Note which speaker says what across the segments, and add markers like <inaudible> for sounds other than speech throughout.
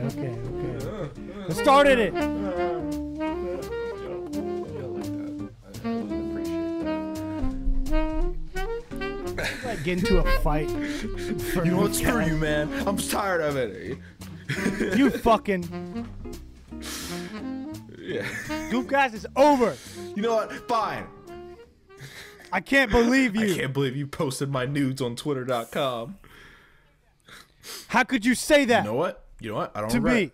Speaker 1: Okay,
Speaker 2: Uh,
Speaker 1: okay. I started it. Like get into a fight.
Speaker 2: You know what? Screw you, man. I'm tired of it.
Speaker 1: You fucking
Speaker 2: Yeah.
Speaker 1: Goop Guys is over.
Speaker 2: You know what? Fine.
Speaker 1: I can't believe
Speaker 2: I
Speaker 1: you.
Speaker 2: can't believe you posted my nudes on Twitter.com.
Speaker 1: How could you say that
Speaker 2: You know what? You know what? I don't
Speaker 1: to
Speaker 2: regret
Speaker 1: me?
Speaker 2: it.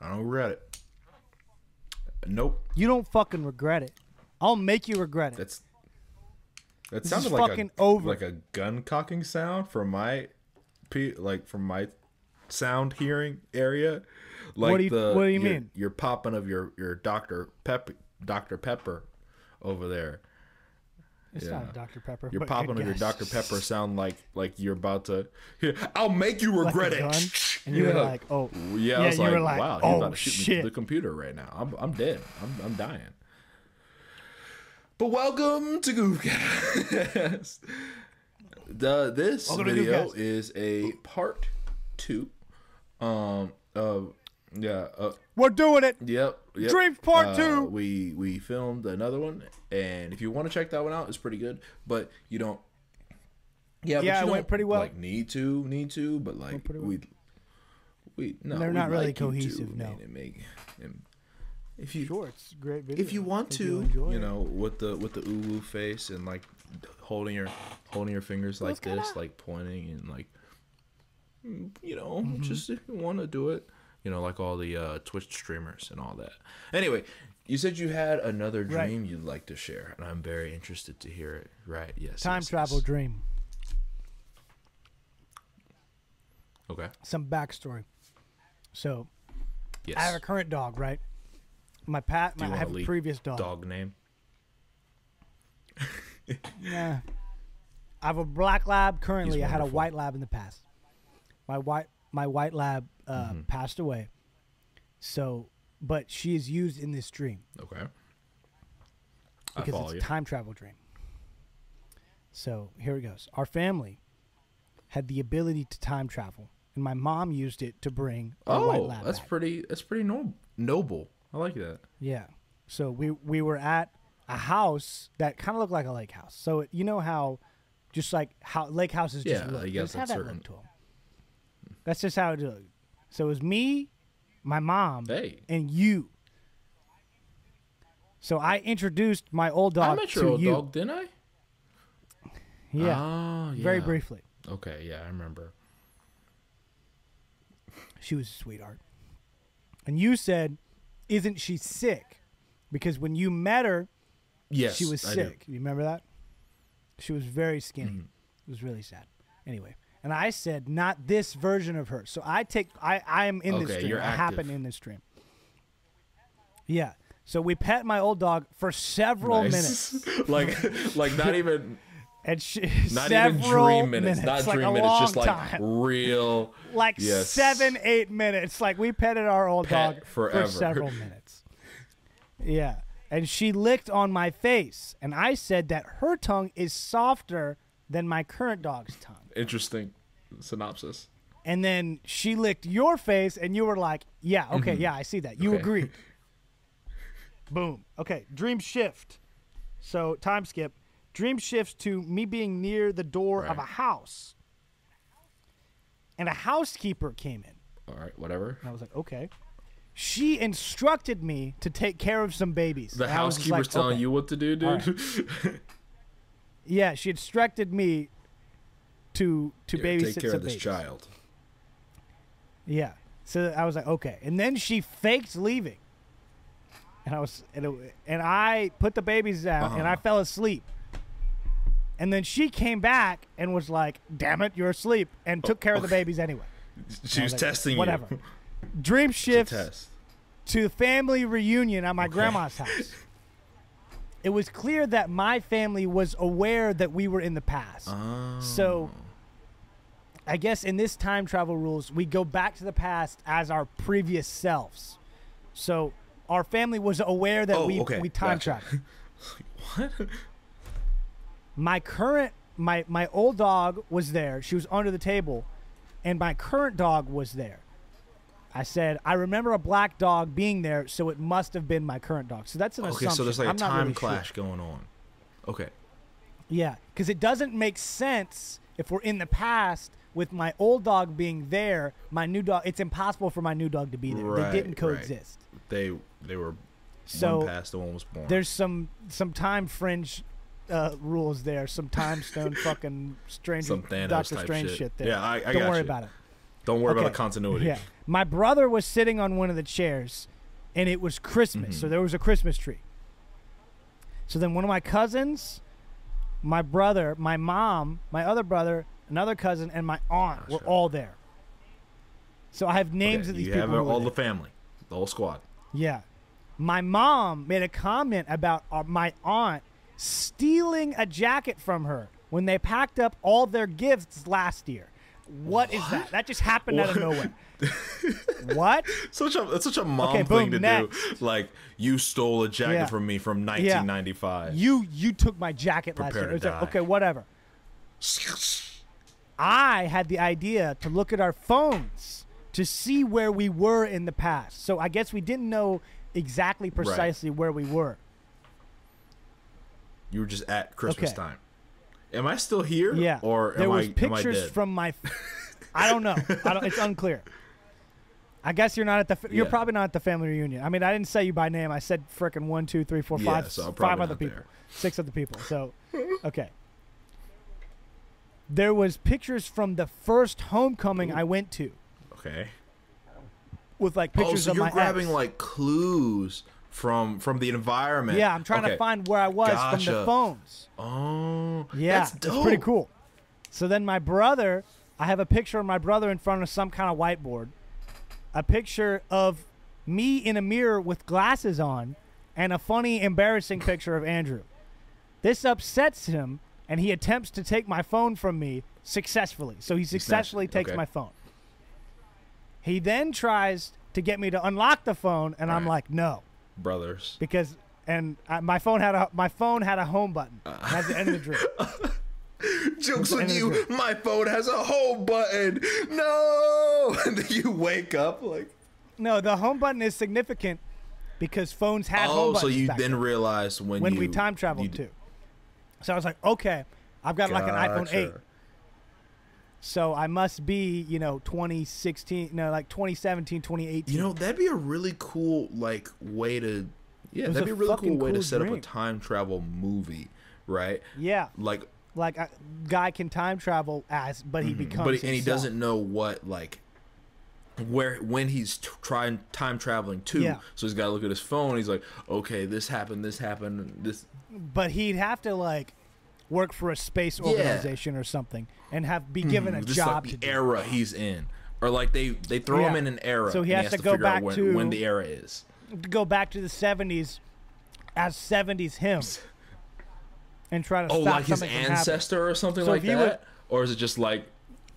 Speaker 2: I don't regret it. Nope.
Speaker 1: You don't fucking regret it. I'll make you regret it.
Speaker 2: That's that
Speaker 1: is
Speaker 2: sounded like
Speaker 1: fucking
Speaker 2: a
Speaker 1: over.
Speaker 2: like a gun cocking sound from my pe- like from my sound hearing area. Like
Speaker 1: do you-
Speaker 2: the
Speaker 1: what do you
Speaker 2: your-
Speaker 1: mean?
Speaker 2: Your popping of your your Dr Pep Dr Pepper over there.
Speaker 1: It's
Speaker 2: yeah.
Speaker 1: not Dr. Pepper.
Speaker 2: Your
Speaker 1: but
Speaker 2: popping
Speaker 1: good
Speaker 2: of your
Speaker 1: guess.
Speaker 2: Dr Pepper sound like like you're about to. I'll make you
Speaker 1: Like a
Speaker 2: regret <laughs>
Speaker 1: gun,
Speaker 2: it.
Speaker 1: And you
Speaker 2: Yeah.
Speaker 1: were like, oh.
Speaker 2: Yeah, I was
Speaker 1: you
Speaker 2: like,
Speaker 1: were like,
Speaker 2: wow,
Speaker 1: oh,
Speaker 2: you're about to shoot me
Speaker 1: shit.
Speaker 2: through the computer right now. I'm, I'm dead. I'm, I'm dying. But welcome to Goofcast. the this
Speaker 1: Welcome to
Speaker 2: video
Speaker 1: Goofcast.
Speaker 2: is a part two. Um. Of yeah. Uh,
Speaker 1: We're doing it.
Speaker 2: Yep. yep.
Speaker 1: Dreams Part
Speaker 2: Uh,
Speaker 1: Two.
Speaker 2: We we filmed another one, and if you want to check that one out, it's pretty good. But you don't.
Speaker 1: Yeah,
Speaker 2: Yeah, but
Speaker 1: it
Speaker 2: you
Speaker 1: went
Speaker 2: don't,
Speaker 1: pretty well.
Speaker 2: Like need to, need to, but like
Speaker 1: pretty well.
Speaker 2: we, we no,
Speaker 1: They're
Speaker 2: we
Speaker 1: not really
Speaker 2: like you to,
Speaker 1: cohesive,
Speaker 2: I
Speaker 1: no.
Speaker 2: mean, it make- and if you
Speaker 1: Sure, it's a great video.
Speaker 2: if you want
Speaker 1: Hope
Speaker 2: to,
Speaker 1: enjoy
Speaker 2: you,
Speaker 1: it.
Speaker 2: know, with the with the uwu face and like holding your holding your fingers like this, like pointing and like mm, you know,
Speaker 1: Mm-hmm.
Speaker 2: just if you want to do it, you know, like all the uh, Twitch streamers and all that. Anyway, you said you had another dream
Speaker 1: Right.
Speaker 2: you'd like to share, and I'm very interested to hear it. Right? Yes.
Speaker 1: Time
Speaker 2: yes, yes.
Speaker 1: travel dream.
Speaker 2: Okay.
Speaker 1: Some backstory. So,
Speaker 2: Yes.
Speaker 1: I have a current dog, right? My pat,
Speaker 2: Do you
Speaker 1: my, I
Speaker 2: wanna
Speaker 1: have a
Speaker 2: leak
Speaker 1: previous dog.
Speaker 2: dog name.
Speaker 1: Nah. I have a black lab currently.
Speaker 2: He's
Speaker 1: I had a
Speaker 2: wonderful.
Speaker 1: white lab in the past. My white my white lab uh,
Speaker 2: Mm-hmm.
Speaker 1: passed away. So, but she is used in this dream
Speaker 2: Okay. I
Speaker 1: because
Speaker 2: follow
Speaker 1: it's a
Speaker 2: you.
Speaker 1: time travel dream. So here it goes. Our family had the ability to time travel, and my mom used it to bring our white
Speaker 2: oh,
Speaker 1: lab
Speaker 2: that's
Speaker 1: back.
Speaker 2: pretty. That's pretty no- noble. I like that.
Speaker 1: Yeah. So we we were at a house that kind of looked like a lake house. So it, you know how, just like how lake houses just
Speaker 2: Yeah,
Speaker 1: look.
Speaker 2: I
Speaker 1: They
Speaker 2: guess
Speaker 1: just have
Speaker 2: that's
Speaker 1: that
Speaker 2: certain.
Speaker 1: look to 'em. That's just how it looked. So it was me, my mom,
Speaker 2: Hey.
Speaker 1: and you. So I introduced my old
Speaker 2: I
Speaker 1: dog
Speaker 2: met
Speaker 1: to
Speaker 2: your old
Speaker 1: you.
Speaker 2: dog, didn't I?
Speaker 1: Yeah,
Speaker 2: Oh, yeah.
Speaker 1: very briefly.
Speaker 2: Okay, yeah, I remember.
Speaker 1: She was a sweetheart. And you said, "Isn't she sick?" Because when you met her,
Speaker 2: Yes,
Speaker 1: she was
Speaker 2: I do. Mm-hmm.
Speaker 1: sick. You remember that? She was very skinny. It was really sad. Anyway, and I said, not this version of her. So I take, I, I am in this
Speaker 2: Okay,
Speaker 1: dream.
Speaker 2: you're
Speaker 1: I happen
Speaker 2: active.
Speaker 1: in this dream. Yeah. So we pet my old dog for several
Speaker 2: Nice.
Speaker 1: minutes,
Speaker 2: <laughs> like, like not even,
Speaker 1: and she
Speaker 2: not even
Speaker 1: several
Speaker 2: dream minutes, not
Speaker 1: like
Speaker 2: dream
Speaker 1: a
Speaker 2: minutes, just
Speaker 1: long
Speaker 2: like
Speaker 1: time.
Speaker 2: real.
Speaker 1: like
Speaker 2: Yes.
Speaker 1: seven, eight minutes. Like we petted our old
Speaker 2: Pet
Speaker 1: dog
Speaker 2: forever.
Speaker 1: for
Speaker 2: <laughs>
Speaker 1: several minutes. Yeah. And she licked on my face. And I said that her tongue is softer than my current dog's tongue.
Speaker 2: Interesting synopsis.
Speaker 1: And then she licked your face, and you were like, yeah, okay, yeah, I see that. You
Speaker 2: Mm-hmm. Okay. <laughs>
Speaker 1: agreed. Boom. Okay, dream shift. So, time skip. Dream shifts to me being near the door of
Speaker 2: Right.
Speaker 1: a house. And a housekeeper came in.
Speaker 2: All right, whatever.
Speaker 1: And I was like, okay. She instructed me to take care of some babies.
Speaker 2: The
Speaker 1: And I was just
Speaker 2: housekeeper's
Speaker 1: like,
Speaker 2: telling
Speaker 1: okay.
Speaker 2: you what to do,
Speaker 1: All
Speaker 2: <laughs> dude.
Speaker 1: Yeah, she instructed me to to
Speaker 2: Here,
Speaker 1: babysit
Speaker 2: take care
Speaker 1: some
Speaker 2: of this
Speaker 1: babies.
Speaker 2: child.
Speaker 1: Yeah. So I was like, okay. And then she faked leaving. And I was and, it, and I put the babies down and I
Speaker 2: Uh-huh.
Speaker 1: fell asleep. And then she came back and was like, "Damn it, you're asleep," and took care of the babies anyway.
Speaker 2: She was
Speaker 1: like,
Speaker 2: Oh, testing
Speaker 1: whatever.
Speaker 2: <laughs> you.
Speaker 1: Dream shifts.
Speaker 2: Test.
Speaker 1: to the family reunion at my grandma's house. It was clear that my family was aware that we were in the past.
Speaker 2: Oh.
Speaker 1: So I guess in this time travel rules, we go back to the past as our previous selves. So our family was aware that
Speaker 2: Oh,
Speaker 1: we
Speaker 2: okay,
Speaker 1: we time
Speaker 2: gotcha.
Speaker 1: traveled.
Speaker 2: <laughs> what?
Speaker 1: My current my my old dog was there. She was under the table and my current dog was there. I said, I remember a black dog being there, so it must have been my current dog. So that's an
Speaker 2: Okay,
Speaker 1: assumption.
Speaker 2: so there's like a
Speaker 1: I'm not
Speaker 2: time
Speaker 1: really sure.
Speaker 2: clash going on. Okay.
Speaker 1: Yeah, because it doesn't make sense if we're in the past with my old dog being there, my new dog. It's impossible for my new dog to be there.
Speaker 2: Right,
Speaker 1: they didn't
Speaker 2: right.
Speaker 1: coexist.
Speaker 2: They they were
Speaker 1: So
Speaker 2: one past the one was born.
Speaker 1: there's some some time fringe uh, rules there. Some time stone
Speaker 2: <laughs>
Speaker 1: fucking strange
Speaker 2: Some Thanos
Speaker 1: Doctor
Speaker 2: type
Speaker 1: Strange
Speaker 2: shit.
Speaker 1: shit. there.
Speaker 2: Yeah, I- I
Speaker 1: don't
Speaker 2: got
Speaker 1: worry
Speaker 2: you.
Speaker 1: about it.
Speaker 2: Don't worry about
Speaker 1: Okay.
Speaker 2: the continuity.
Speaker 1: Yeah. My brother was sitting on one of the chairs and it was Christmas.
Speaker 2: Mm-hmm.
Speaker 1: So there was a Christmas tree. So then one of my cousins, my brother, my mom, my other brother, another cousin, and my aunt were
Speaker 2: shit.
Speaker 1: all there. So I have names
Speaker 2: Okay,
Speaker 1: of these
Speaker 2: you
Speaker 1: people.
Speaker 2: have
Speaker 1: who were
Speaker 2: all the
Speaker 1: there.
Speaker 2: family, the whole squad.
Speaker 1: yeah. My mom made a comment about uh, my aunt stealing a jacket from her when they packed up all their gifts last year. what is that? That just happened out of nowhere.
Speaker 2: <laughs>
Speaker 1: what?
Speaker 2: Such a it's such a mom
Speaker 1: Okay,
Speaker 2: thing
Speaker 1: boom,
Speaker 2: to
Speaker 1: next.
Speaker 2: do. Like you stole a jacket
Speaker 1: Yeah.
Speaker 2: from me from 1995.
Speaker 1: you you took my jacket last
Speaker 2: Prepare
Speaker 1: year.
Speaker 2: to
Speaker 1: It's like,
Speaker 2: die.
Speaker 1: okay, whatever. I had the idea to look at our phones to see where we were in the past. So I guess we didn't know exactly precisely where we were.
Speaker 2: You were just at Christmas
Speaker 1: Okay.
Speaker 2: time. Am I still here?
Speaker 1: Yeah.
Speaker 2: Or am
Speaker 1: there was
Speaker 2: I, am I
Speaker 1: pictures
Speaker 2: dead?
Speaker 1: from my I don't know. I don't, it's unclear. I guess you're not at the. fa- You're
Speaker 2: Yeah.
Speaker 1: probably not at the family reunion. I mean, I didn't say you by name. I said frickin' one, two, three, four,
Speaker 2: Yeah,
Speaker 1: five,
Speaker 2: so I'm
Speaker 1: five
Speaker 2: probably
Speaker 1: other
Speaker 2: not
Speaker 1: people,
Speaker 2: there.
Speaker 1: six other people.
Speaker 2: <laughs>
Speaker 1: So, okay. There was pictures from the first homecoming I went to,
Speaker 2: Okay.
Speaker 1: with like
Speaker 2: Oh,
Speaker 1: pictures
Speaker 2: so
Speaker 1: of
Speaker 2: you're
Speaker 1: my
Speaker 2: grabbing
Speaker 1: ex.
Speaker 2: like clues from from the environment.
Speaker 1: yeah, I'm trying to
Speaker 2: Okay.
Speaker 1: find where I was from the
Speaker 2: Gotcha.
Speaker 1: phones.
Speaker 2: Oh,
Speaker 1: Yeah,
Speaker 2: that's
Speaker 1: it's pretty
Speaker 2: dope.
Speaker 1: cool. So then my brother, I have a picture of my brother in front of some kind of whiteboard, a picture of me in a mirror with glasses on, and a funny, embarrassing picture of Andrew. This upsets him, and he attempts to take my phone from me successfully. So he successfully
Speaker 2: it.
Speaker 1: takes
Speaker 2: Okay.
Speaker 1: my phone. He then tries to get me to unlock the phone, and I'm
Speaker 2: Right.
Speaker 1: like, no
Speaker 2: Brothers.
Speaker 1: because and I, my phone had a my phone had a home button.
Speaker 2: Uh.
Speaker 1: That's the end of
Speaker 2: <laughs>
Speaker 1: the dream.
Speaker 2: Jokes
Speaker 1: on you,
Speaker 2: My phone has a home button. No. <laughs> And then you wake up like.
Speaker 1: No, the home button is significant because phones had home
Speaker 2: Oh,
Speaker 1: buttons.
Speaker 2: so you
Speaker 1: back
Speaker 2: then
Speaker 1: then,
Speaker 2: realized when
Speaker 1: when
Speaker 2: you,
Speaker 1: we time
Speaker 2: you
Speaker 1: traveled
Speaker 2: d-
Speaker 1: too. So I was like, okay, I've got like an iPhone
Speaker 2: Gotcha.
Speaker 1: eight, so I must be you know 2016, no like 2017, 2018.
Speaker 2: You know that'd be a really cool like way to. Yeah,
Speaker 1: was
Speaker 2: that'd
Speaker 1: a
Speaker 2: be a really cool
Speaker 1: fucking
Speaker 2: way
Speaker 1: cool
Speaker 2: to set up a
Speaker 1: dream.
Speaker 2: time travel movie, right?
Speaker 1: yeah,
Speaker 2: Like,
Speaker 1: like a guy can time travel as, but he becomes
Speaker 2: Mm-hmm. but and he
Speaker 1: himself.
Speaker 2: doesn't know what like. Where when he's t- trying time traveling too,
Speaker 1: Yeah.
Speaker 2: so he's got to look at his phone. He's like, "Okay, this happened, this happened, this."
Speaker 1: But he'd have to like work for a space organization or something and have be given a
Speaker 2: Mm-hmm. just
Speaker 1: job to
Speaker 2: like the
Speaker 1: do.
Speaker 2: era he's in, or like they they throw him
Speaker 1: Yeah.
Speaker 2: in an era,
Speaker 1: So he
Speaker 2: and
Speaker 1: has to go
Speaker 2: figure out
Speaker 1: back
Speaker 2: when,
Speaker 1: to-
Speaker 2: when the era is.
Speaker 1: to go back to the 70s as 70s him and try to
Speaker 2: Oh,
Speaker 1: stop
Speaker 2: like his
Speaker 1: something from happening.
Speaker 2: ancestor or something
Speaker 1: So if
Speaker 2: like
Speaker 1: he
Speaker 2: that,
Speaker 1: were-
Speaker 2: or is it just like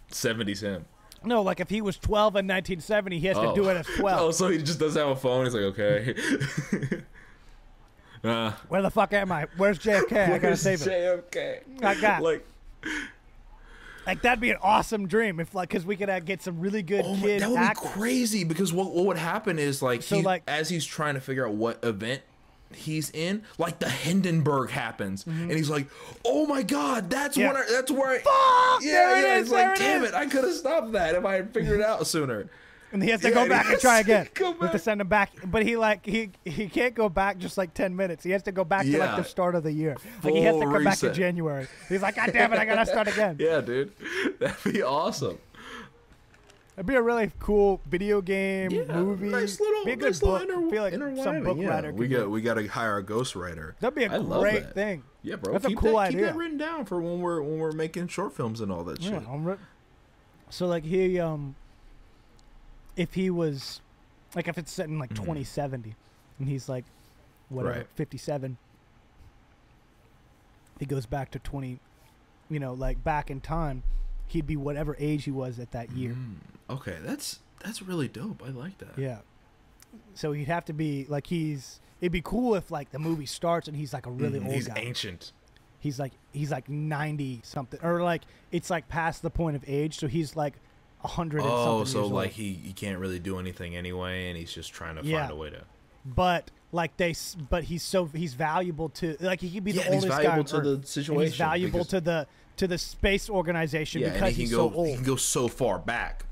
Speaker 2: seventies him?
Speaker 1: No, like if he was 12 in 1970, he has
Speaker 2: Oh.
Speaker 1: to do it as
Speaker 2: <laughs>
Speaker 1: 12.
Speaker 2: Oh, so he just doesn't have a phone. He's like, okay, <laughs> uh,
Speaker 1: Where the fuck am I? Where's JFK? I gotta
Speaker 2: where's
Speaker 1: save him.
Speaker 2: JFK.
Speaker 1: I got-
Speaker 2: like,
Speaker 1: Like that'd be an awesome dream if, like, because we could uh, get some really good
Speaker 2: oh my,
Speaker 1: kid
Speaker 2: that would
Speaker 1: actors.
Speaker 2: be crazy because what what would happen is like,
Speaker 1: So,
Speaker 2: he,
Speaker 1: like-
Speaker 2: as he's trying to figure out what event. He's in like the Hindenburg happens, and he's like, "Oh my God, that's
Speaker 1: Mm-hmm. Yeah.
Speaker 2: when I, that's where I
Speaker 1: Fuck,
Speaker 2: yeah,
Speaker 1: there it
Speaker 2: yeah."
Speaker 1: is,
Speaker 2: It's like,
Speaker 1: there it
Speaker 2: damn
Speaker 1: is."
Speaker 2: it, I could have stopped that if I had figured it out sooner.
Speaker 1: and he has to
Speaker 2: Yeah,
Speaker 1: go
Speaker 2: and he
Speaker 1: back and
Speaker 2: has
Speaker 1: try
Speaker 2: to
Speaker 1: again.
Speaker 2: <laughs> go
Speaker 1: We have to
Speaker 2: back.
Speaker 1: send him back, but he like he he can't go back just like 10 minutes. He has to go back to like
Speaker 2: Yeah.
Speaker 1: the start of the year. Like he has to
Speaker 2: Full
Speaker 1: come back to
Speaker 2: reset.
Speaker 1: January. He's like, God damn it, I gotta start again.
Speaker 2: Yeah, dude, <laughs> that'd be awesome.
Speaker 1: It'd be a really cool video game,
Speaker 2: Yeah,
Speaker 1: movie.
Speaker 2: nice little,
Speaker 1: be a good
Speaker 2: nice
Speaker 1: book.
Speaker 2: little inter-
Speaker 1: be like
Speaker 2: interwining,
Speaker 1: some book
Speaker 2: yeah.
Speaker 1: writer.
Speaker 2: We
Speaker 1: could
Speaker 2: got we got to hire a ghostwriter.
Speaker 1: That'd be a
Speaker 2: I love
Speaker 1: great
Speaker 2: that.
Speaker 1: thing.
Speaker 2: Yeah, bro.
Speaker 1: That's a
Speaker 2: keep
Speaker 1: cool
Speaker 2: that, Keep
Speaker 1: idea.
Speaker 2: that written down for when we're when we're making short films and all that
Speaker 1: Yeah,
Speaker 2: shit.
Speaker 1: I'm re- so like he um, if he was, like if it's set in like 2070, and he's like, whatever,
Speaker 2: Mm-hmm. Right.
Speaker 1: 57. He goes back to 20, you know, like back in time, he'd be whatever age he was at that
Speaker 2: Mm-hmm.
Speaker 1: year.
Speaker 2: Okay, that's that's really dope. I like that.
Speaker 1: Yeah. So he'd have to be like he's. It'd be cool if like the movie starts and he's like a really old
Speaker 2: Mm-hmm. He's
Speaker 1: guy.
Speaker 2: ancient.
Speaker 1: He's like he's like ninety something, or like it's like past the point of age. So he's like hundred. and
Speaker 2: Oh,
Speaker 1: something
Speaker 2: so
Speaker 1: years
Speaker 2: like
Speaker 1: old.
Speaker 2: he, he can't really do anything anyway, and he's just trying to
Speaker 1: Yeah.
Speaker 2: find a way to.
Speaker 1: but like they, s- but he's so he's valuable to like he could be
Speaker 2: Yeah,
Speaker 1: the
Speaker 2: and he's
Speaker 1: oldest guy
Speaker 2: valuable
Speaker 1: on
Speaker 2: to
Speaker 1: Earth,
Speaker 2: the
Speaker 1: and
Speaker 2: situation
Speaker 1: He's valuable
Speaker 2: because-
Speaker 1: to the to the space organization
Speaker 2: Yeah,
Speaker 1: because
Speaker 2: and he
Speaker 1: he's
Speaker 2: can go
Speaker 1: so
Speaker 2: he
Speaker 1: old,
Speaker 2: can go so far back.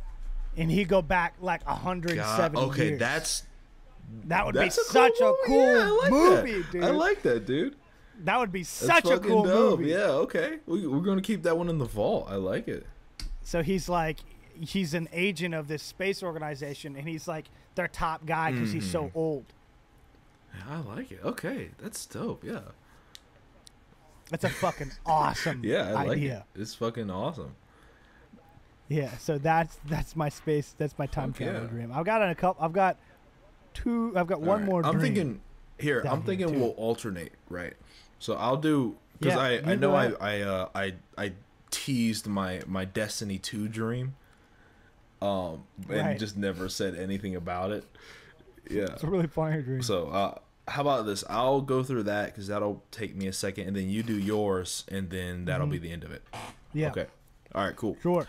Speaker 1: and he go back like hundred and
Speaker 2: God,
Speaker 1: seventy
Speaker 2: okay,
Speaker 1: years.
Speaker 2: that's
Speaker 1: that would be
Speaker 2: that's a cool
Speaker 1: such a
Speaker 2: movie.
Speaker 1: cool
Speaker 2: Yeah, I like
Speaker 1: movie,
Speaker 2: that.
Speaker 1: dude.
Speaker 2: I like that, dude.
Speaker 1: that would be
Speaker 2: That's
Speaker 1: such a
Speaker 2: fucking
Speaker 1: cool
Speaker 2: dope.
Speaker 1: movie.
Speaker 2: Yeah, okay. We, we're gonna keep that one in the vault. I like it.
Speaker 1: So he's like, he's an agent of this space organization, and he's like their top guy because he's so
Speaker 2: Mm-hmm.
Speaker 1: old.
Speaker 2: Yeah, I like it. Okay, that's dope. Yeah,
Speaker 1: That's a
Speaker 2: <laughs>
Speaker 1: fucking awesome
Speaker 2: yeah, I like
Speaker 1: idea.
Speaker 2: it. It's fucking awesome.
Speaker 1: Yeah. So that's that's my space. That's my time
Speaker 2: Fuck yeah.
Speaker 1: travel dream. I've got a couple. I've got two. I've got one
Speaker 2: Alright,
Speaker 1: more.
Speaker 2: I'm
Speaker 1: dream.
Speaker 2: thinking here.
Speaker 1: down
Speaker 2: I'm
Speaker 1: here,
Speaker 2: thinking
Speaker 1: too.
Speaker 2: we'll alternate, right? So I'll do because
Speaker 1: Yeah,
Speaker 2: I I
Speaker 1: you
Speaker 2: know
Speaker 1: go
Speaker 2: I
Speaker 1: ahead.
Speaker 2: I uh, I I teased my my Destiny two dream, um, and
Speaker 1: Right.
Speaker 2: just never said anything about it. Yeah.
Speaker 1: It's a really fire dream.
Speaker 2: So uh, how about this? I'll go through that because that'll take me a second, and then you do yours, and then that'll be the end of it.
Speaker 1: Mm-hmm. yeah.
Speaker 2: Okay. All right. Cool.
Speaker 1: Sure.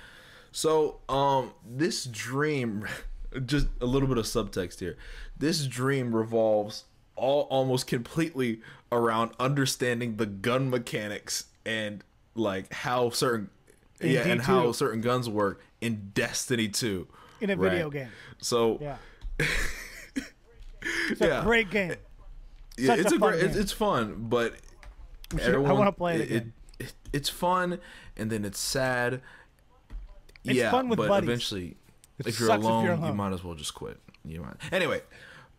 Speaker 2: So, um, this dream, <laughs> just a little bit of subtext here. This dream revolves all almost completely around understanding the gun mechanics and like how certain,
Speaker 1: In
Speaker 2: yeah, and
Speaker 1: D2.
Speaker 2: how certain guns work in Destiny Two.
Speaker 1: In a
Speaker 2: right?
Speaker 1: video game.
Speaker 2: So
Speaker 1: Yeah.
Speaker 2: it's yeah,
Speaker 1: Great game.
Speaker 2: yeah,
Speaker 1: such
Speaker 2: it's
Speaker 1: a
Speaker 2: a,
Speaker 1: fun
Speaker 2: great, it's,
Speaker 1: game.
Speaker 2: it's fun, but
Speaker 1: I
Speaker 2: everyone,
Speaker 1: wanna play it
Speaker 2: It,
Speaker 1: again.
Speaker 2: it- it's fun, and then it's sad.
Speaker 1: It's
Speaker 2: yeah,
Speaker 1: fun with
Speaker 2: but
Speaker 1: buddies.
Speaker 2: eventually, if you're,
Speaker 1: sucks if you're
Speaker 2: alone, you
Speaker 1: alone.
Speaker 2: might as well just quit. You might anyway,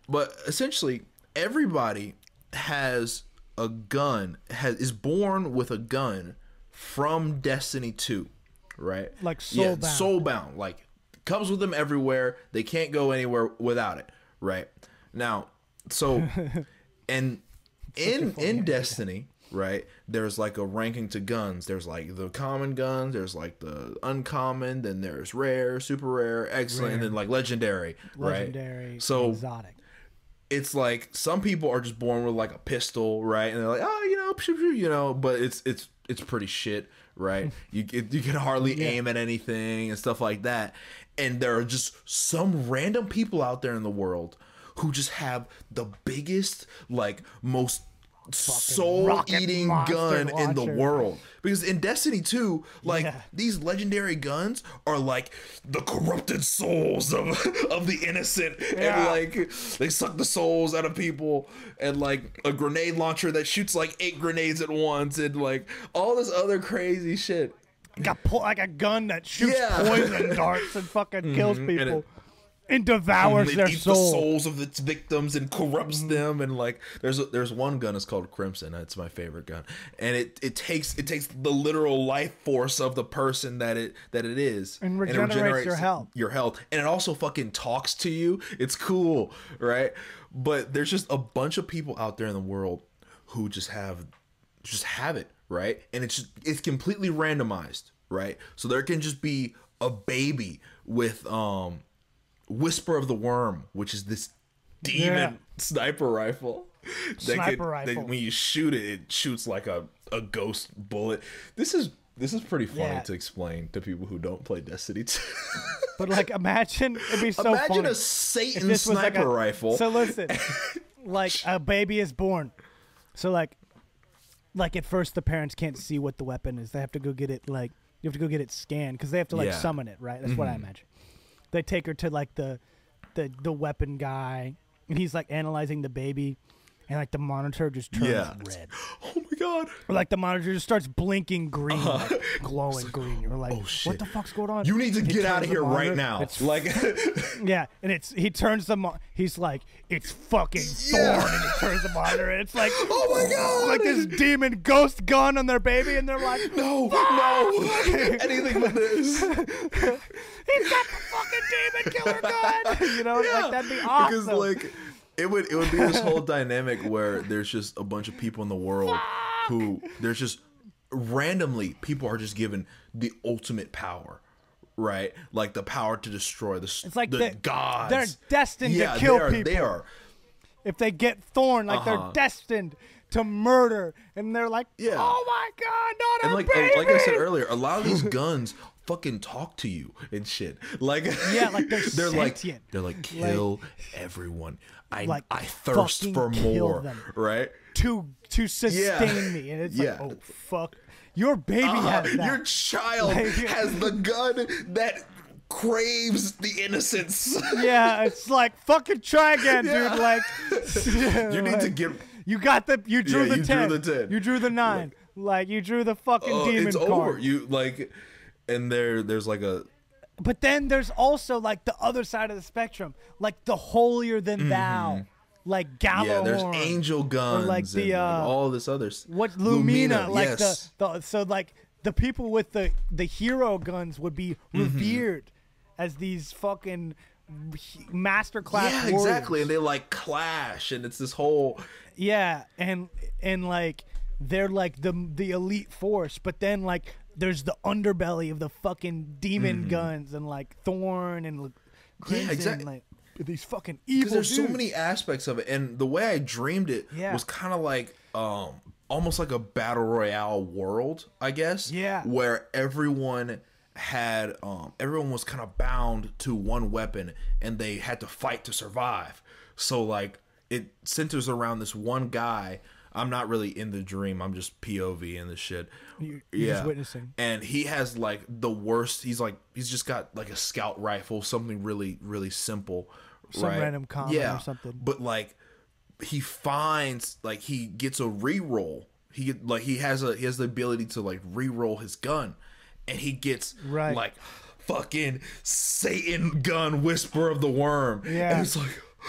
Speaker 2: but essentially, everybody has a gun has is born with a gun from Destiny Two, right?
Speaker 1: Like soulbound.
Speaker 2: soulbound, like comes with them everywhere. They can't go anywhere without it, right? Now, so and in in Destiny, right? There's like a ranking to guns. There's like the common guns. There's like the uncommon. Then there's rare, super rare, excellent, and then like legendary,
Speaker 1: Legendary.
Speaker 2: right? So
Speaker 1: exotic.
Speaker 2: it's like some people are just born with like a pistol, right? And they're like, oh, you know, psh, psh, you know, but it's it's it's pretty shit,
Speaker 1: Hmm.
Speaker 2: right? you it, you can hardly aim at anything and stuff like that. And there are just some random people out there in the world who just have the biggest, like, most soul-eating
Speaker 1: rocket
Speaker 2: gun
Speaker 1: monster
Speaker 2: in the
Speaker 1: launcher.
Speaker 2: world. Because in Destiny 2, like
Speaker 1: Yeah.
Speaker 2: these legendary guns are like the corrupted souls of <laughs> of the innocent and
Speaker 1: Yeah.
Speaker 2: like they suck the souls out of people and like a grenade launcher that shoots like eight grenades at once and like all this other crazy shit
Speaker 1: Got po- like a gun that shoots
Speaker 2: Yeah. Mm-hmm.
Speaker 1: poison <laughs> darts and fucking kills people and,
Speaker 2: it-
Speaker 1: devours
Speaker 2: They
Speaker 1: their
Speaker 2: eat
Speaker 1: soul. Mm-hmm.
Speaker 2: the souls of its victims and corrupts them and like there's a, there's one gun it's called crimson it's my favorite gun and it, it takes it takes the literal life force of the person that it that it is
Speaker 1: And
Speaker 2: it
Speaker 1: regenerates your health.
Speaker 2: your health and it also fucking talks to you it's cool right but there's just a bunch of people out there in the world who just have just have it right and it's just, it's completely randomized right so there can just be a baby with um Whisper of the Worm, which is this demon
Speaker 1: Yeah.
Speaker 2: sniper rifle. that
Speaker 1: Sniper
Speaker 2: that
Speaker 1: rifle.
Speaker 2: when you shoot it, it shoots like a, a ghost bullet. This is this is pretty funny
Speaker 1: Yeah.
Speaker 2: to explain to people who don't play Destiny 2.
Speaker 1: But like, imagine it'd
Speaker 2: <laughs>
Speaker 1: be so
Speaker 2: Imagine
Speaker 1: funny.
Speaker 2: a Satan Mm, sniper
Speaker 1: a,
Speaker 2: rifle.
Speaker 1: So listen,
Speaker 2: <laughs>
Speaker 1: like a baby is born. So like, like at first the parents can't see what the weapon is. They have to go get it like you have to go get it scanned because they have to like
Speaker 2: Yeah. Mm-hmm.
Speaker 1: summon it, right? That's what I imagine. They take her to like the, the the weapon guy, and he's like analyzing the baby, and like the monitor just turns
Speaker 2: Yeah.
Speaker 1: red,
Speaker 2: oh my god.
Speaker 1: or like the monitor just starts blinking green,
Speaker 2: <laughs>
Speaker 1: like, glowing green. You're like,
Speaker 2: Oh, shit.
Speaker 1: what the fuck's going on?
Speaker 2: You need to
Speaker 1: He
Speaker 2: get out
Speaker 1: turns
Speaker 2: of
Speaker 1: the
Speaker 2: here
Speaker 1: monitor,
Speaker 2: right now.
Speaker 1: It's <laughs>
Speaker 2: like
Speaker 1: yeah, and it's he turns the mo- he's like it's fucking thorn,
Speaker 2: Yeah.
Speaker 1: and he turns the monitor, and it's like
Speaker 2: <laughs> <laughs> Oh my god.
Speaker 1: like this demon ghost gun on their baby, and they're like
Speaker 2: No, no.
Speaker 1: <laughs>
Speaker 2: Anything but this.
Speaker 1: he's got the fucking demon killer
Speaker 2: <laughs>
Speaker 1: gun, you know, like that'd be awesome.
Speaker 2: Because like it would it would be this whole dynamic where there's just a bunch of people in the world who there's just randomly people are just given the ultimate power. Right, like the power to destroy the it's
Speaker 1: like
Speaker 2: the
Speaker 1: they-
Speaker 2: gods.
Speaker 1: they're destined to kill
Speaker 2: they are, They
Speaker 1: people.
Speaker 2: are,
Speaker 1: if they get thorn, like
Speaker 2: Uh-huh.
Speaker 1: they're destined to murder, and they're like,
Speaker 2: Yeah.
Speaker 1: oh my god, not
Speaker 2: and
Speaker 1: a
Speaker 2: like
Speaker 1: baby. <laughs>
Speaker 2: like I said earlier, a lot of these guns fucking talk to you and shit. Like
Speaker 1: Yeah, like they're
Speaker 2: like
Speaker 1: sentient.
Speaker 2: <laughs> they're like kill everyone. I
Speaker 1: Like,
Speaker 2: I thirst
Speaker 1: fucking
Speaker 2: for
Speaker 1: kill
Speaker 2: more,
Speaker 1: them.
Speaker 2: right?
Speaker 1: to to sustain
Speaker 2: Yeah.
Speaker 1: me, and it's
Speaker 2: Yeah.
Speaker 1: like, oh fuck, your baby
Speaker 2: Uh,
Speaker 1: has that.
Speaker 2: your child
Speaker 1: Like- <laughs>
Speaker 2: has the gun that craves the innocence.
Speaker 1: yeah, it's like fucking try again,
Speaker 2: <laughs> Yeah.
Speaker 1: dude. Like
Speaker 2: <laughs> you
Speaker 1: <laughs>
Speaker 2: need to get
Speaker 1: You got the you drew
Speaker 2: Yeah,
Speaker 1: the
Speaker 2: you drew
Speaker 1: ten.
Speaker 2: the 10.
Speaker 1: You drew the nine. Like, you drew the fucking
Speaker 2: uh,
Speaker 1: demon
Speaker 2: it's
Speaker 1: card.
Speaker 2: over. You like and there there's like a
Speaker 1: But then there's also like the other side of the spectrum, like the holier than thou, like Galahorn.
Speaker 2: Mm-hmm. yeah, there's angel guns
Speaker 1: the,
Speaker 2: and like,
Speaker 1: uh,
Speaker 2: all this other s-
Speaker 1: What Lumina, like
Speaker 2: yes.
Speaker 1: the, the so like the people with the the hero guns would be
Speaker 2: Mm-hmm.
Speaker 1: revered as these fucking he- masterclass
Speaker 2: yeah,
Speaker 1: warriors.
Speaker 2: exactly, and they like clash, and it's this whole
Speaker 1: Yeah, and and like they're like the the elite force, but then like there's the underbelly of the fucking demon guns and like Thorn and like, Crimson,
Speaker 2: Mm-hmm. exact-
Speaker 1: like these fucking
Speaker 2: because
Speaker 1: evil.
Speaker 2: there's so
Speaker 1: dudes.
Speaker 2: many aspects of it, and the way I dreamed it
Speaker 1: Yeah.
Speaker 2: was kind of like um almost like a battle royale world, I guess.
Speaker 1: Yeah.
Speaker 2: where everyone had um everyone was kind of bound to one weapon, and they had to fight to survive. So like it centers around this one guy. I'm not really in the dream. I'm just POV in the shit.
Speaker 1: You- you're just witnessing.
Speaker 2: And he has like the worst. He's like he's just got like a scout rifle, something really really simple.
Speaker 1: Some
Speaker 2: right?
Speaker 1: random comment or something.
Speaker 2: But like he finds like he gets a reroll. He get- like he has a he has the ability to like reroll his gun, and he gets
Speaker 1: Right.
Speaker 2: like fucking Satan gun whisper of the worm.
Speaker 1: Yeah.
Speaker 2: and it's like <gasps>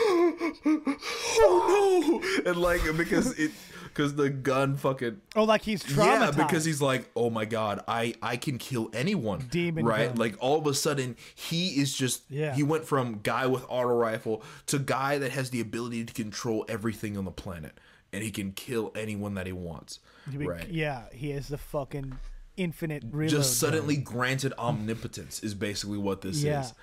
Speaker 2: oh no, and like because it because the gun fucking
Speaker 1: Oh, like he's traumatized.
Speaker 2: yeah, because he's like, oh my god, I I can kill anyone.
Speaker 1: Demon
Speaker 2: right?
Speaker 1: gun.
Speaker 2: Like all of a sudden, he is just.
Speaker 1: Yeah.
Speaker 2: He went from guy with auto rifle to guy that has the ability to control everything on the planet, and he can kill anyone that he wants.
Speaker 1: Be-
Speaker 2: Right.
Speaker 1: Yeah, he is the fucking infinite reload.
Speaker 2: Just
Speaker 1: gun.
Speaker 2: suddenly granted omnipotence is basically what this
Speaker 1: Yeah.
Speaker 2: is.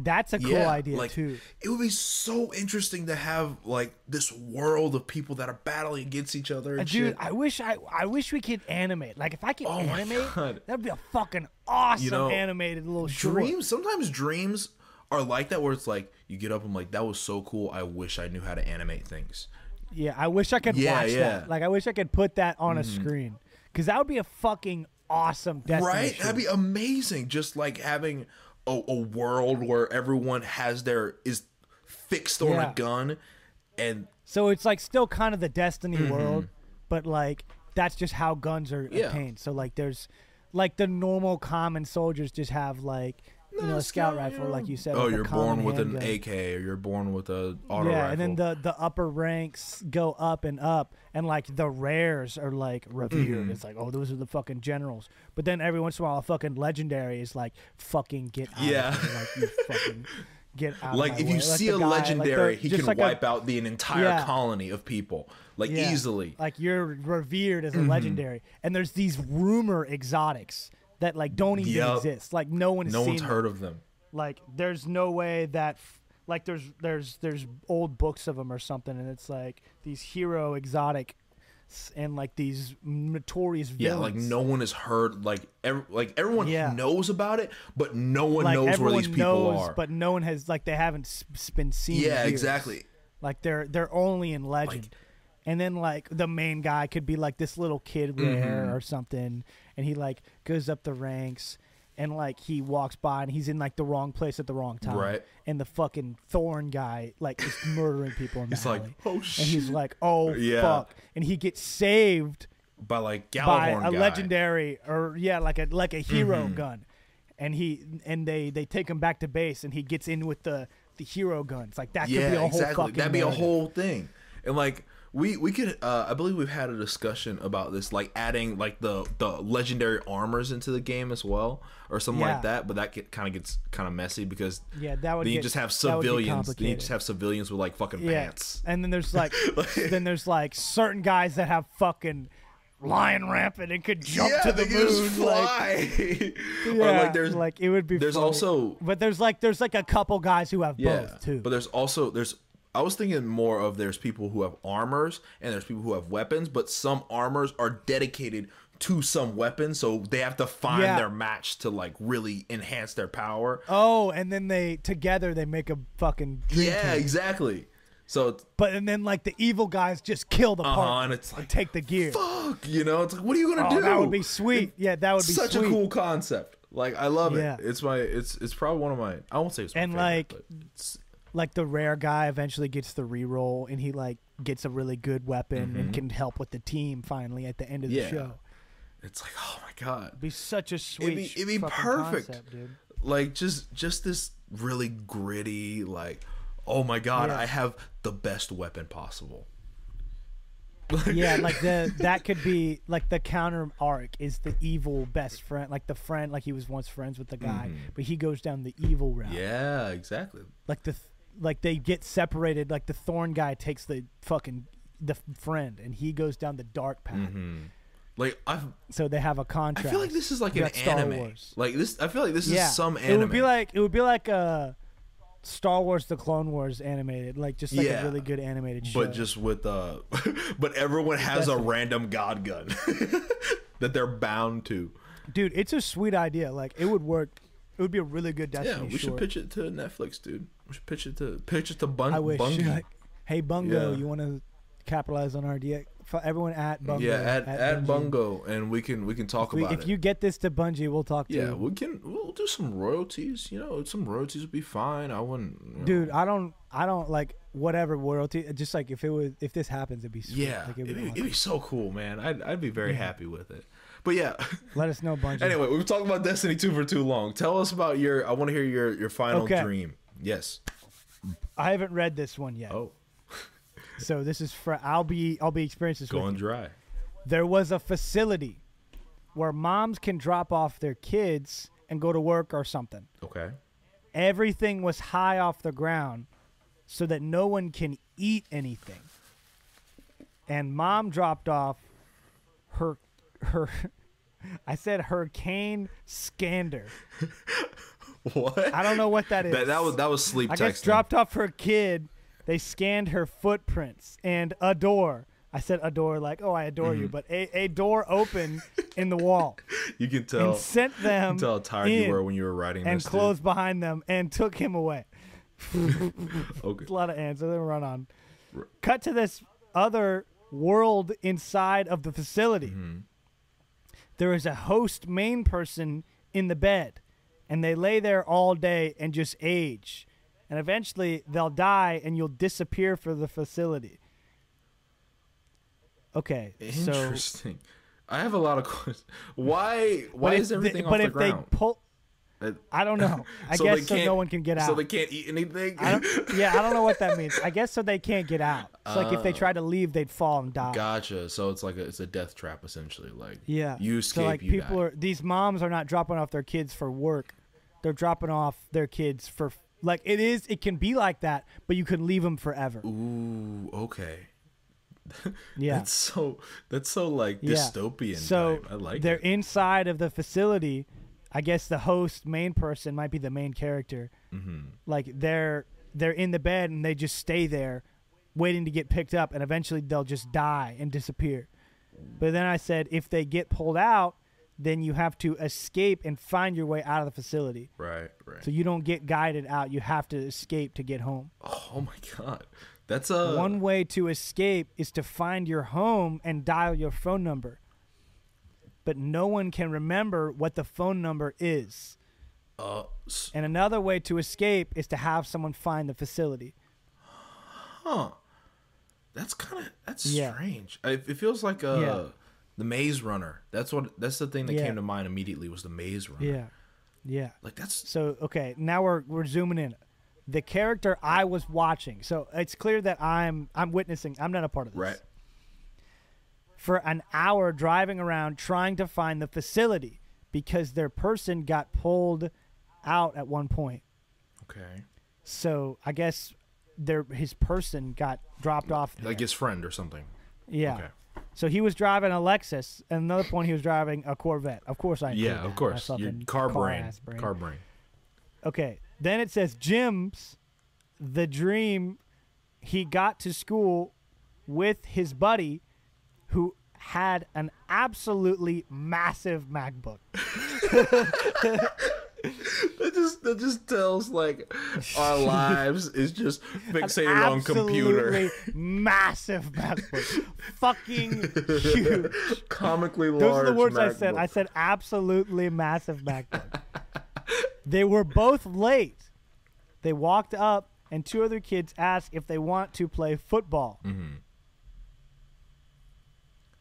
Speaker 1: That's a cool
Speaker 2: yeah,
Speaker 1: idea
Speaker 2: like,
Speaker 1: too.
Speaker 2: It would be so interesting to have like this world of people that are battling against each other and
Speaker 1: Dude,
Speaker 2: shit.
Speaker 1: I wish I I wish we could animate. Like if I could
Speaker 2: Oh my
Speaker 1: animate,
Speaker 2: God.
Speaker 1: that'd be a fucking awesome
Speaker 2: know,
Speaker 1: animated little short.
Speaker 2: dreams sometimes dreams are like that where it's like you get up and like that was so cool i wish i knew how to animate things
Speaker 1: Yeah, I wish I could
Speaker 2: Yeah,
Speaker 1: watch
Speaker 2: yeah. Mm-hmm.
Speaker 1: that. Like, I wish I could put that on a screen because that would be a fucking awesome Destiny.
Speaker 2: right
Speaker 1: show.
Speaker 2: that'd be amazing just like having a, a world where everyone has their is fixed on
Speaker 1: Yeah.
Speaker 2: a gun and
Speaker 1: so it's like still kind of the Destiny world, but like that's just how guns are
Speaker 2: Mm-hmm. Yeah.
Speaker 1: obtained. So like, there's like the normal common soldiers just have like you know a scout rifle, like you said.
Speaker 2: oh
Speaker 1: like a
Speaker 2: you're born
Speaker 1: common
Speaker 2: with an
Speaker 1: handgun.
Speaker 2: ak or you're born with a auto
Speaker 1: yeah,
Speaker 2: rifle
Speaker 1: and then the the upper ranks go up and up, and like the rares are like revered.
Speaker 2: Mm-hmm.
Speaker 1: It's like, oh, those are the fucking generals. But then every once in a while, a fucking legendary is like, fucking get out.
Speaker 2: Yeah.
Speaker 1: of here. like
Speaker 2: <laughs>
Speaker 1: you fucking get out. of
Speaker 2: like
Speaker 1: my
Speaker 2: if you
Speaker 1: way.
Speaker 2: see
Speaker 1: the
Speaker 2: a
Speaker 1: guy- like,
Speaker 2: legendary
Speaker 1: the-
Speaker 2: he
Speaker 1: just
Speaker 2: can
Speaker 1: like a-
Speaker 2: wipe out the an entire
Speaker 1: Yeah.
Speaker 2: colony of people like
Speaker 1: yeah,
Speaker 2: easily Mm-hmm.
Speaker 1: Like you're revered as a legendary, and there's these rumor exotics that like don't even
Speaker 2: Yup.
Speaker 1: exist. Like no one has
Speaker 2: no
Speaker 1: seen
Speaker 2: one's
Speaker 1: them.
Speaker 2: heard of them
Speaker 1: like there's no way that f- like there's there's there's old books of them or something and it's like these hero exotic s- and like these notorious
Speaker 2: Yeah,
Speaker 1: villains.
Speaker 2: like no one has heard like ev- like everyone
Speaker 1: Yeah.
Speaker 2: knows about it, but no one
Speaker 1: Like,
Speaker 2: knows where
Speaker 1: everyone
Speaker 2: these people
Speaker 1: knows,
Speaker 2: are.
Speaker 1: but no one has like they haven't s- s- been seen. in
Speaker 2: yeah,
Speaker 1: years.
Speaker 2: exactly.
Speaker 1: Like they're they're only in legend, and then like the main guy could be like this little kid
Speaker 2: Mm-hmm.
Speaker 1: rare or something, and he like goes up the ranks, and like he walks by and he's in like the wrong place at the wrong time,
Speaker 2: Right.
Speaker 1: And the fucking thorn guy like is murdering people. In the
Speaker 2: It's like,
Speaker 1: alley.
Speaker 2: "Oh,
Speaker 1: and he's
Speaker 2: shit."
Speaker 1: like oh
Speaker 2: Yeah.
Speaker 1: fuck, and he gets saved
Speaker 2: By like
Speaker 1: by
Speaker 2: Galahorn
Speaker 1: a
Speaker 2: guy. Mm-hmm.
Speaker 1: legendary or yeah, like a like a hero gun, and he and they they take him back to base, and he gets in with the the hero guns. Like that
Speaker 2: Yeah,
Speaker 1: could be a
Speaker 2: exactly.
Speaker 1: whole fucking.
Speaker 2: That'd be a
Speaker 1: narrative.
Speaker 2: whole thing. And like we we could uh, I believe we've had a discussion about this, like adding like the the legendary armors into the game as well, or something
Speaker 1: Yeah.
Speaker 2: like that. But that get, kind of gets kind of messy because
Speaker 1: Yeah, that would
Speaker 2: then you
Speaker 1: get-
Speaker 2: just have
Speaker 1: that would get
Speaker 2: civilians. Then you
Speaker 1: complicated.
Speaker 2: just have civilians with like fucking
Speaker 1: Yeah.
Speaker 2: pants.
Speaker 1: And then there's
Speaker 2: <laughs>
Speaker 1: like, then there's like certain guys that have fucking lion rampant and could jump
Speaker 2: yeah,
Speaker 1: to the
Speaker 2: they can just
Speaker 1: moon. Like,
Speaker 2: fly. <laughs>
Speaker 1: yeah,
Speaker 2: or like there's
Speaker 1: like it would be.
Speaker 2: there's
Speaker 1: funny.
Speaker 2: also
Speaker 1: but there's like there's like a couple guys who have both too.
Speaker 2: But there's also there's I was thinking more of there's people who have armors and there's people who have weapons, but some armors are dedicated to some weapon, so they have to find
Speaker 1: Yeah.
Speaker 2: their match to like really enhance their power.
Speaker 1: Oh, and then they together they make a fucking dream
Speaker 2: yeah,
Speaker 1: team.
Speaker 2: exactly. So
Speaker 1: But and then like the evil guys just kill the
Speaker 2: uh, and
Speaker 1: partner
Speaker 2: it's like
Speaker 1: and take the gear.
Speaker 2: fuck, you know, it's like what are you gonna
Speaker 1: Oh,
Speaker 2: do?
Speaker 1: that would be sweet. Yeah, that would be
Speaker 2: Such
Speaker 1: sweet.
Speaker 2: a cool concept. Like I love
Speaker 1: Yeah.
Speaker 2: it. It's my it's it's probably one of my I won't say it's my
Speaker 1: And,
Speaker 2: favorite,
Speaker 1: like,
Speaker 2: but it's,
Speaker 1: like the rare guy eventually gets the reroll and he like gets a really good weapon and can help with the team finally at the end of the
Speaker 2: Yeah.
Speaker 1: show.
Speaker 2: it's like oh my god,
Speaker 1: Be such a sweet.
Speaker 2: it'd be it'd be
Speaker 1: fucking
Speaker 2: perfect.
Speaker 1: concept, dude. <laughs>
Speaker 2: Like just just this really gritty like oh my god,
Speaker 1: Yeah.
Speaker 2: I have the best weapon possible.
Speaker 1: Yeah, like the that could be like the counter arc is the evil best friend, like the friend, like he was once friends with the guy, but he goes down the evil route.
Speaker 2: Yeah, exactly.
Speaker 1: like the th- like they get separated like the thorn guy takes the fucking the f- friend and he goes down the dark path
Speaker 2: Like I've
Speaker 1: so they have a
Speaker 2: I
Speaker 1: contract
Speaker 2: feel like this is like
Speaker 1: You
Speaker 2: an
Speaker 1: got Star
Speaker 2: anime.
Speaker 1: Wars.
Speaker 2: Like this, I feel like this
Speaker 1: yeah
Speaker 2: is some anime.
Speaker 1: it would be like it would be like uh Star Wars the Clone Wars animated like just like
Speaker 2: Yeah.
Speaker 1: a really good animated show
Speaker 2: but just with uh, <laughs> but everyone has a random god gun <laughs> that they're bound to.
Speaker 1: dude it's a sweet idea like it would work it would be a really good Destiny
Speaker 2: Yeah, we should
Speaker 1: short.
Speaker 2: pitch it to Netflix, dude. We should pitch it to pitch it to Bun-
Speaker 1: I wish
Speaker 2: <laughs> Bungie.
Speaker 1: <laughs> like, hey Bungo
Speaker 2: Yeah.
Speaker 1: you want to capitalize on our idea For everyone at Bungo
Speaker 2: yeah, at at,
Speaker 1: Bungie.
Speaker 2: Bungo, and we can we can talk
Speaker 1: We-
Speaker 2: about
Speaker 1: if
Speaker 2: it.
Speaker 1: you get this to Bungie we'll talk to
Speaker 2: yeah,
Speaker 1: you
Speaker 2: we can. We'll do some royalties. You know, some royalties would be fine. I wouldn't. you know.
Speaker 1: dude i don't i don't like whatever royalty just like if it was if this happens it'd be sweet.
Speaker 2: Yeah,
Speaker 1: like,
Speaker 2: it'd,
Speaker 1: it'd be
Speaker 2: be, it'd
Speaker 1: awesome.
Speaker 2: be so cool, man. I'd I'd be very happy with it. But yeah. <laughs>
Speaker 1: let us know bunch
Speaker 2: Anyway, we've talked about Destiny 2 for too long. Tell us about your I want to hear your your final
Speaker 1: Okay.
Speaker 2: dream. Yes.
Speaker 1: i haven't read this one yet
Speaker 2: Oh,
Speaker 1: so this is for i'll be i'll be experiencing this with
Speaker 2: going
Speaker 1: you.
Speaker 2: dry.
Speaker 1: there was a facility where moms can drop off their kids and go to work or something
Speaker 2: Okay.
Speaker 1: everything was high off the ground so that no one can eat anything and mom dropped off her her <laughs> i said hurricane scander
Speaker 2: What?
Speaker 1: i don't know what that is
Speaker 2: that, that was that was sleep
Speaker 1: I guess
Speaker 2: texting.
Speaker 1: dropped off her kid. They scanned her footprints and a door. I said adore like, oh, I adore you, but a, a door opened in the wall
Speaker 2: you can
Speaker 1: and
Speaker 2: tell you
Speaker 1: sent them
Speaker 2: can tell how tired
Speaker 1: in
Speaker 2: you were when you were writing
Speaker 1: and
Speaker 2: this. dude.
Speaker 1: closed behind them and took him away.
Speaker 2: <laughs> Okay.
Speaker 1: A lot of ants. Let them run on. Cut to this other world inside of the facility.
Speaker 2: Mm-hmm.
Speaker 1: There is a host main person in the bed, and they lay there all day and just age. And eventually they'll die and you'll disappear for the facility. Okay. So
Speaker 2: Interesting. I have a lot of <laughs> questions. Why why
Speaker 1: but if
Speaker 2: is
Speaker 1: they-
Speaker 2: everything
Speaker 1: but
Speaker 2: off the
Speaker 1: if they
Speaker 2: ground?
Speaker 1: pull
Speaker 2: Uh,
Speaker 1: I don't
Speaker 2: <laughs>
Speaker 1: know. I
Speaker 2: so they
Speaker 1: guess so no
Speaker 2: can't-
Speaker 1: one can get out.
Speaker 2: So they can't eat anything.
Speaker 1: I don't, yeah, I don't know what that means. I guess so they can't get out. It's like
Speaker 2: Oh.
Speaker 1: if they tried to leave, they'd fall and die.
Speaker 2: <laughs> gotcha. So it's like a, it's a death trap essentially. Like
Speaker 1: Yeah.
Speaker 2: you escape,
Speaker 1: so like
Speaker 2: you
Speaker 1: people
Speaker 2: die.
Speaker 1: are these moms are not dropping off their kids for work. They're dropping off their kids for like it is it can be like that, but you can leave them forever.
Speaker 2: Ooh, okay.
Speaker 1: yeah.
Speaker 2: That's so that's so like
Speaker 1: Yeah.
Speaker 2: dystopian.
Speaker 1: So
Speaker 2: type. I like
Speaker 1: they're
Speaker 2: it.
Speaker 1: inside of the facility. I guess the host main person might be the main character.
Speaker 2: Mm-hmm.
Speaker 1: Like they're they're in the bed and they just stay there, waiting to get picked up, and eventually they'll just die and disappear. But then I said, if they get pulled out, then you have to escape and find your way out of the facility.
Speaker 2: right, right.
Speaker 1: So you don't get guided out. You have to escape to get home.
Speaker 2: oh my god. That's uh, a
Speaker 1: One way to escape is to find your home and dial your phone number. But no one can remember what the phone number is.
Speaker 2: uh, s-
Speaker 1: And another way to escape is to have someone find the facility.
Speaker 2: that's kind of that's
Speaker 1: Yeah.
Speaker 2: strange. I, it feels like uh
Speaker 1: Yeah.
Speaker 2: the Maze Runner. That's what that's the thing that
Speaker 1: Yeah.
Speaker 2: came to mind immediately was the Maze Runner.
Speaker 1: Yeah. Yeah.
Speaker 2: Like that's
Speaker 1: So, okay, now we're we're zooming in. The character I was watching. So, it's clear that I'm I'm witnessing. I'm not a part of this.
Speaker 2: right.
Speaker 1: for an hour driving around trying to find the facility because their person got pulled out at one point.
Speaker 2: Okay.
Speaker 1: So I guess their his person got dropped off. There.
Speaker 2: Like his friend or something.
Speaker 1: yeah.
Speaker 2: okay.
Speaker 1: So he was driving a Lexus. At another point, he was driving a Corvette. Of course, I include
Speaker 2: Yeah,
Speaker 1: that.
Speaker 2: of
Speaker 1: My
Speaker 2: course. Your
Speaker 1: fucking
Speaker 2: car brain,
Speaker 1: ass brain.
Speaker 2: car brain.
Speaker 1: Okay. Then it says Jim's the dream he got to school with his buddy who had an absolutely massive MacBook.
Speaker 2: That just that just tells like
Speaker 1: <laughs>
Speaker 2: our lives is just fixated on computer,
Speaker 1: Absolutely massive MacBook. Fucking huge.
Speaker 2: <laughs> comically large.
Speaker 1: Those are the words I said.
Speaker 2: MacBook.
Speaker 1: I said absolutely massive MacBook. they were both late. They walked up, and two other kids asked if they want to play football.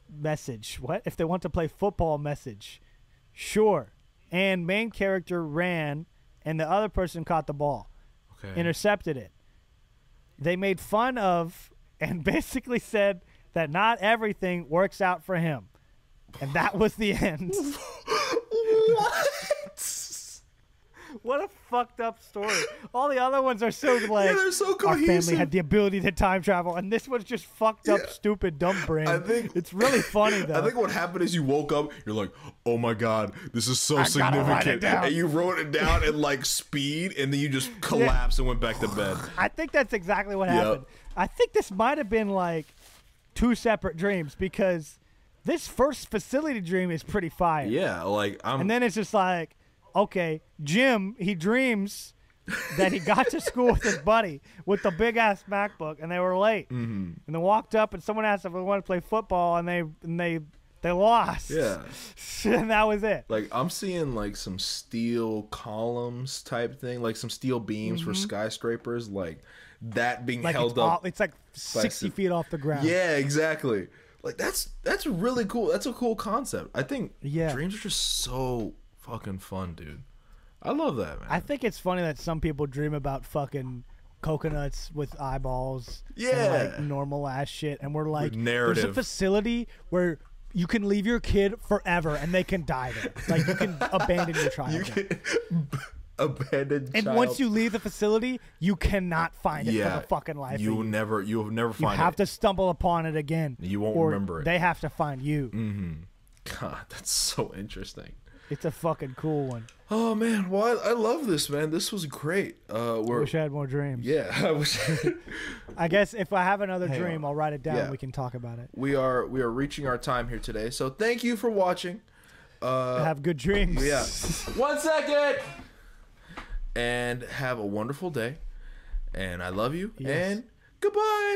Speaker 1: Message. What? If they want to play football, message. Sure. And main character ran, and the other person caught the ball
Speaker 2: okay.
Speaker 1: intercepted it. They made fun of and <laughs> basically said that not everything works out for him. And that was the end.
Speaker 2: <laughs>
Speaker 1: <laughs>
Speaker 2: what?
Speaker 1: what a fucked up story. <laughs> All the other ones are so like
Speaker 2: Yeah, they're so
Speaker 1: our family
Speaker 2: cohesive.
Speaker 1: had the ability to time travel and this one's just fucked up stupid dumb brain.
Speaker 2: I think-
Speaker 1: it's really funny though.
Speaker 2: <laughs> I think what happened is you woke up, you're like, "Oh my god, this is so
Speaker 1: gotta write it
Speaker 2: significant,"
Speaker 1: down.
Speaker 2: and you wrote it down at like speed, and then
Speaker 1: <laughs>
Speaker 2: you just collapsed and went back
Speaker 1: <sighs>
Speaker 2: to bed.
Speaker 1: I think that's exactly what
Speaker 2: Yep.
Speaker 1: happened. I think this might have been like two separate dreams because this first facility dream is pretty fire.
Speaker 2: Yeah, like I'm.
Speaker 1: And then it's just like, okay, Jim, he dreams that he got to school with his buddy with the big ass MacBook, and they were late, mm-hmm. and they walked up, and someone asked if they wanted to play football, and they and they they lost.
Speaker 2: yeah,
Speaker 1: <laughs> and that was it.
Speaker 2: like I'm seeing like some steel columns type thing, like some steel beams for skyscrapers, like that being
Speaker 1: Mm-hmm. Like
Speaker 2: held
Speaker 1: it's,
Speaker 2: up.
Speaker 1: all, it's like sixty
Speaker 2: some-
Speaker 1: feet off the ground.
Speaker 2: Yeah, exactly. Like that's that's really cool. That's a cool concept. I think
Speaker 1: Yeah.
Speaker 2: dreams are just so fucking fun, dude. I love that, man.
Speaker 1: I think it's funny that some people dream about fucking coconuts with eyeballs. And
Speaker 2: Yeah.
Speaker 1: like normal ass shit. And we're like, there's a
Speaker 2: narrative.
Speaker 1: facility where you can leave your kid forever and they can die there. Like you
Speaker 2: <laughs>
Speaker 1: can abandon your child.
Speaker 2: you
Speaker 1: there.
Speaker 2: can <laughs> abandoned
Speaker 1: and
Speaker 2: child.
Speaker 1: once you leave the facility, you cannot find it
Speaker 2: yeah,
Speaker 1: for the fucking life.
Speaker 2: You'll
Speaker 1: of you.
Speaker 2: never you'll never
Speaker 1: You
Speaker 2: find
Speaker 1: have
Speaker 2: it.
Speaker 1: to stumble upon it again.
Speaker 2: You won't
Speaker 1: or
Speaker 2: remember it. Mm.
Speaker 1: They have to find you.
Speaker 2: <laughs> God, that's so interesting.
Speaker 1: It's a fucking cool one.
Speaker 2: Oh man, well I, I love this man. This was great. Uh we're
Speaker 1: Wish I had more dreams.
Speaker 2: yeah, <laughs> I wish
Speaker 1: I guess if I have another
Speaker 2: Hang
Speaker 1: dream,
Speaker 2: on.
Speaker 1: I'll write it down.
Speaker 2: Yeah.
Speaker 1: and We can talk about it.
Speaker 2: we are we are reaching our time here today. So thank you for watching.
Speaker 1: have good dreams.
Speaker 2: Uh, Yeah.
Speaker 1: <laughs>
Speaker 2: One second. And have a wonderful day. And I love you.
Speaker 1: Yes.
Speaker 2: And goodbye.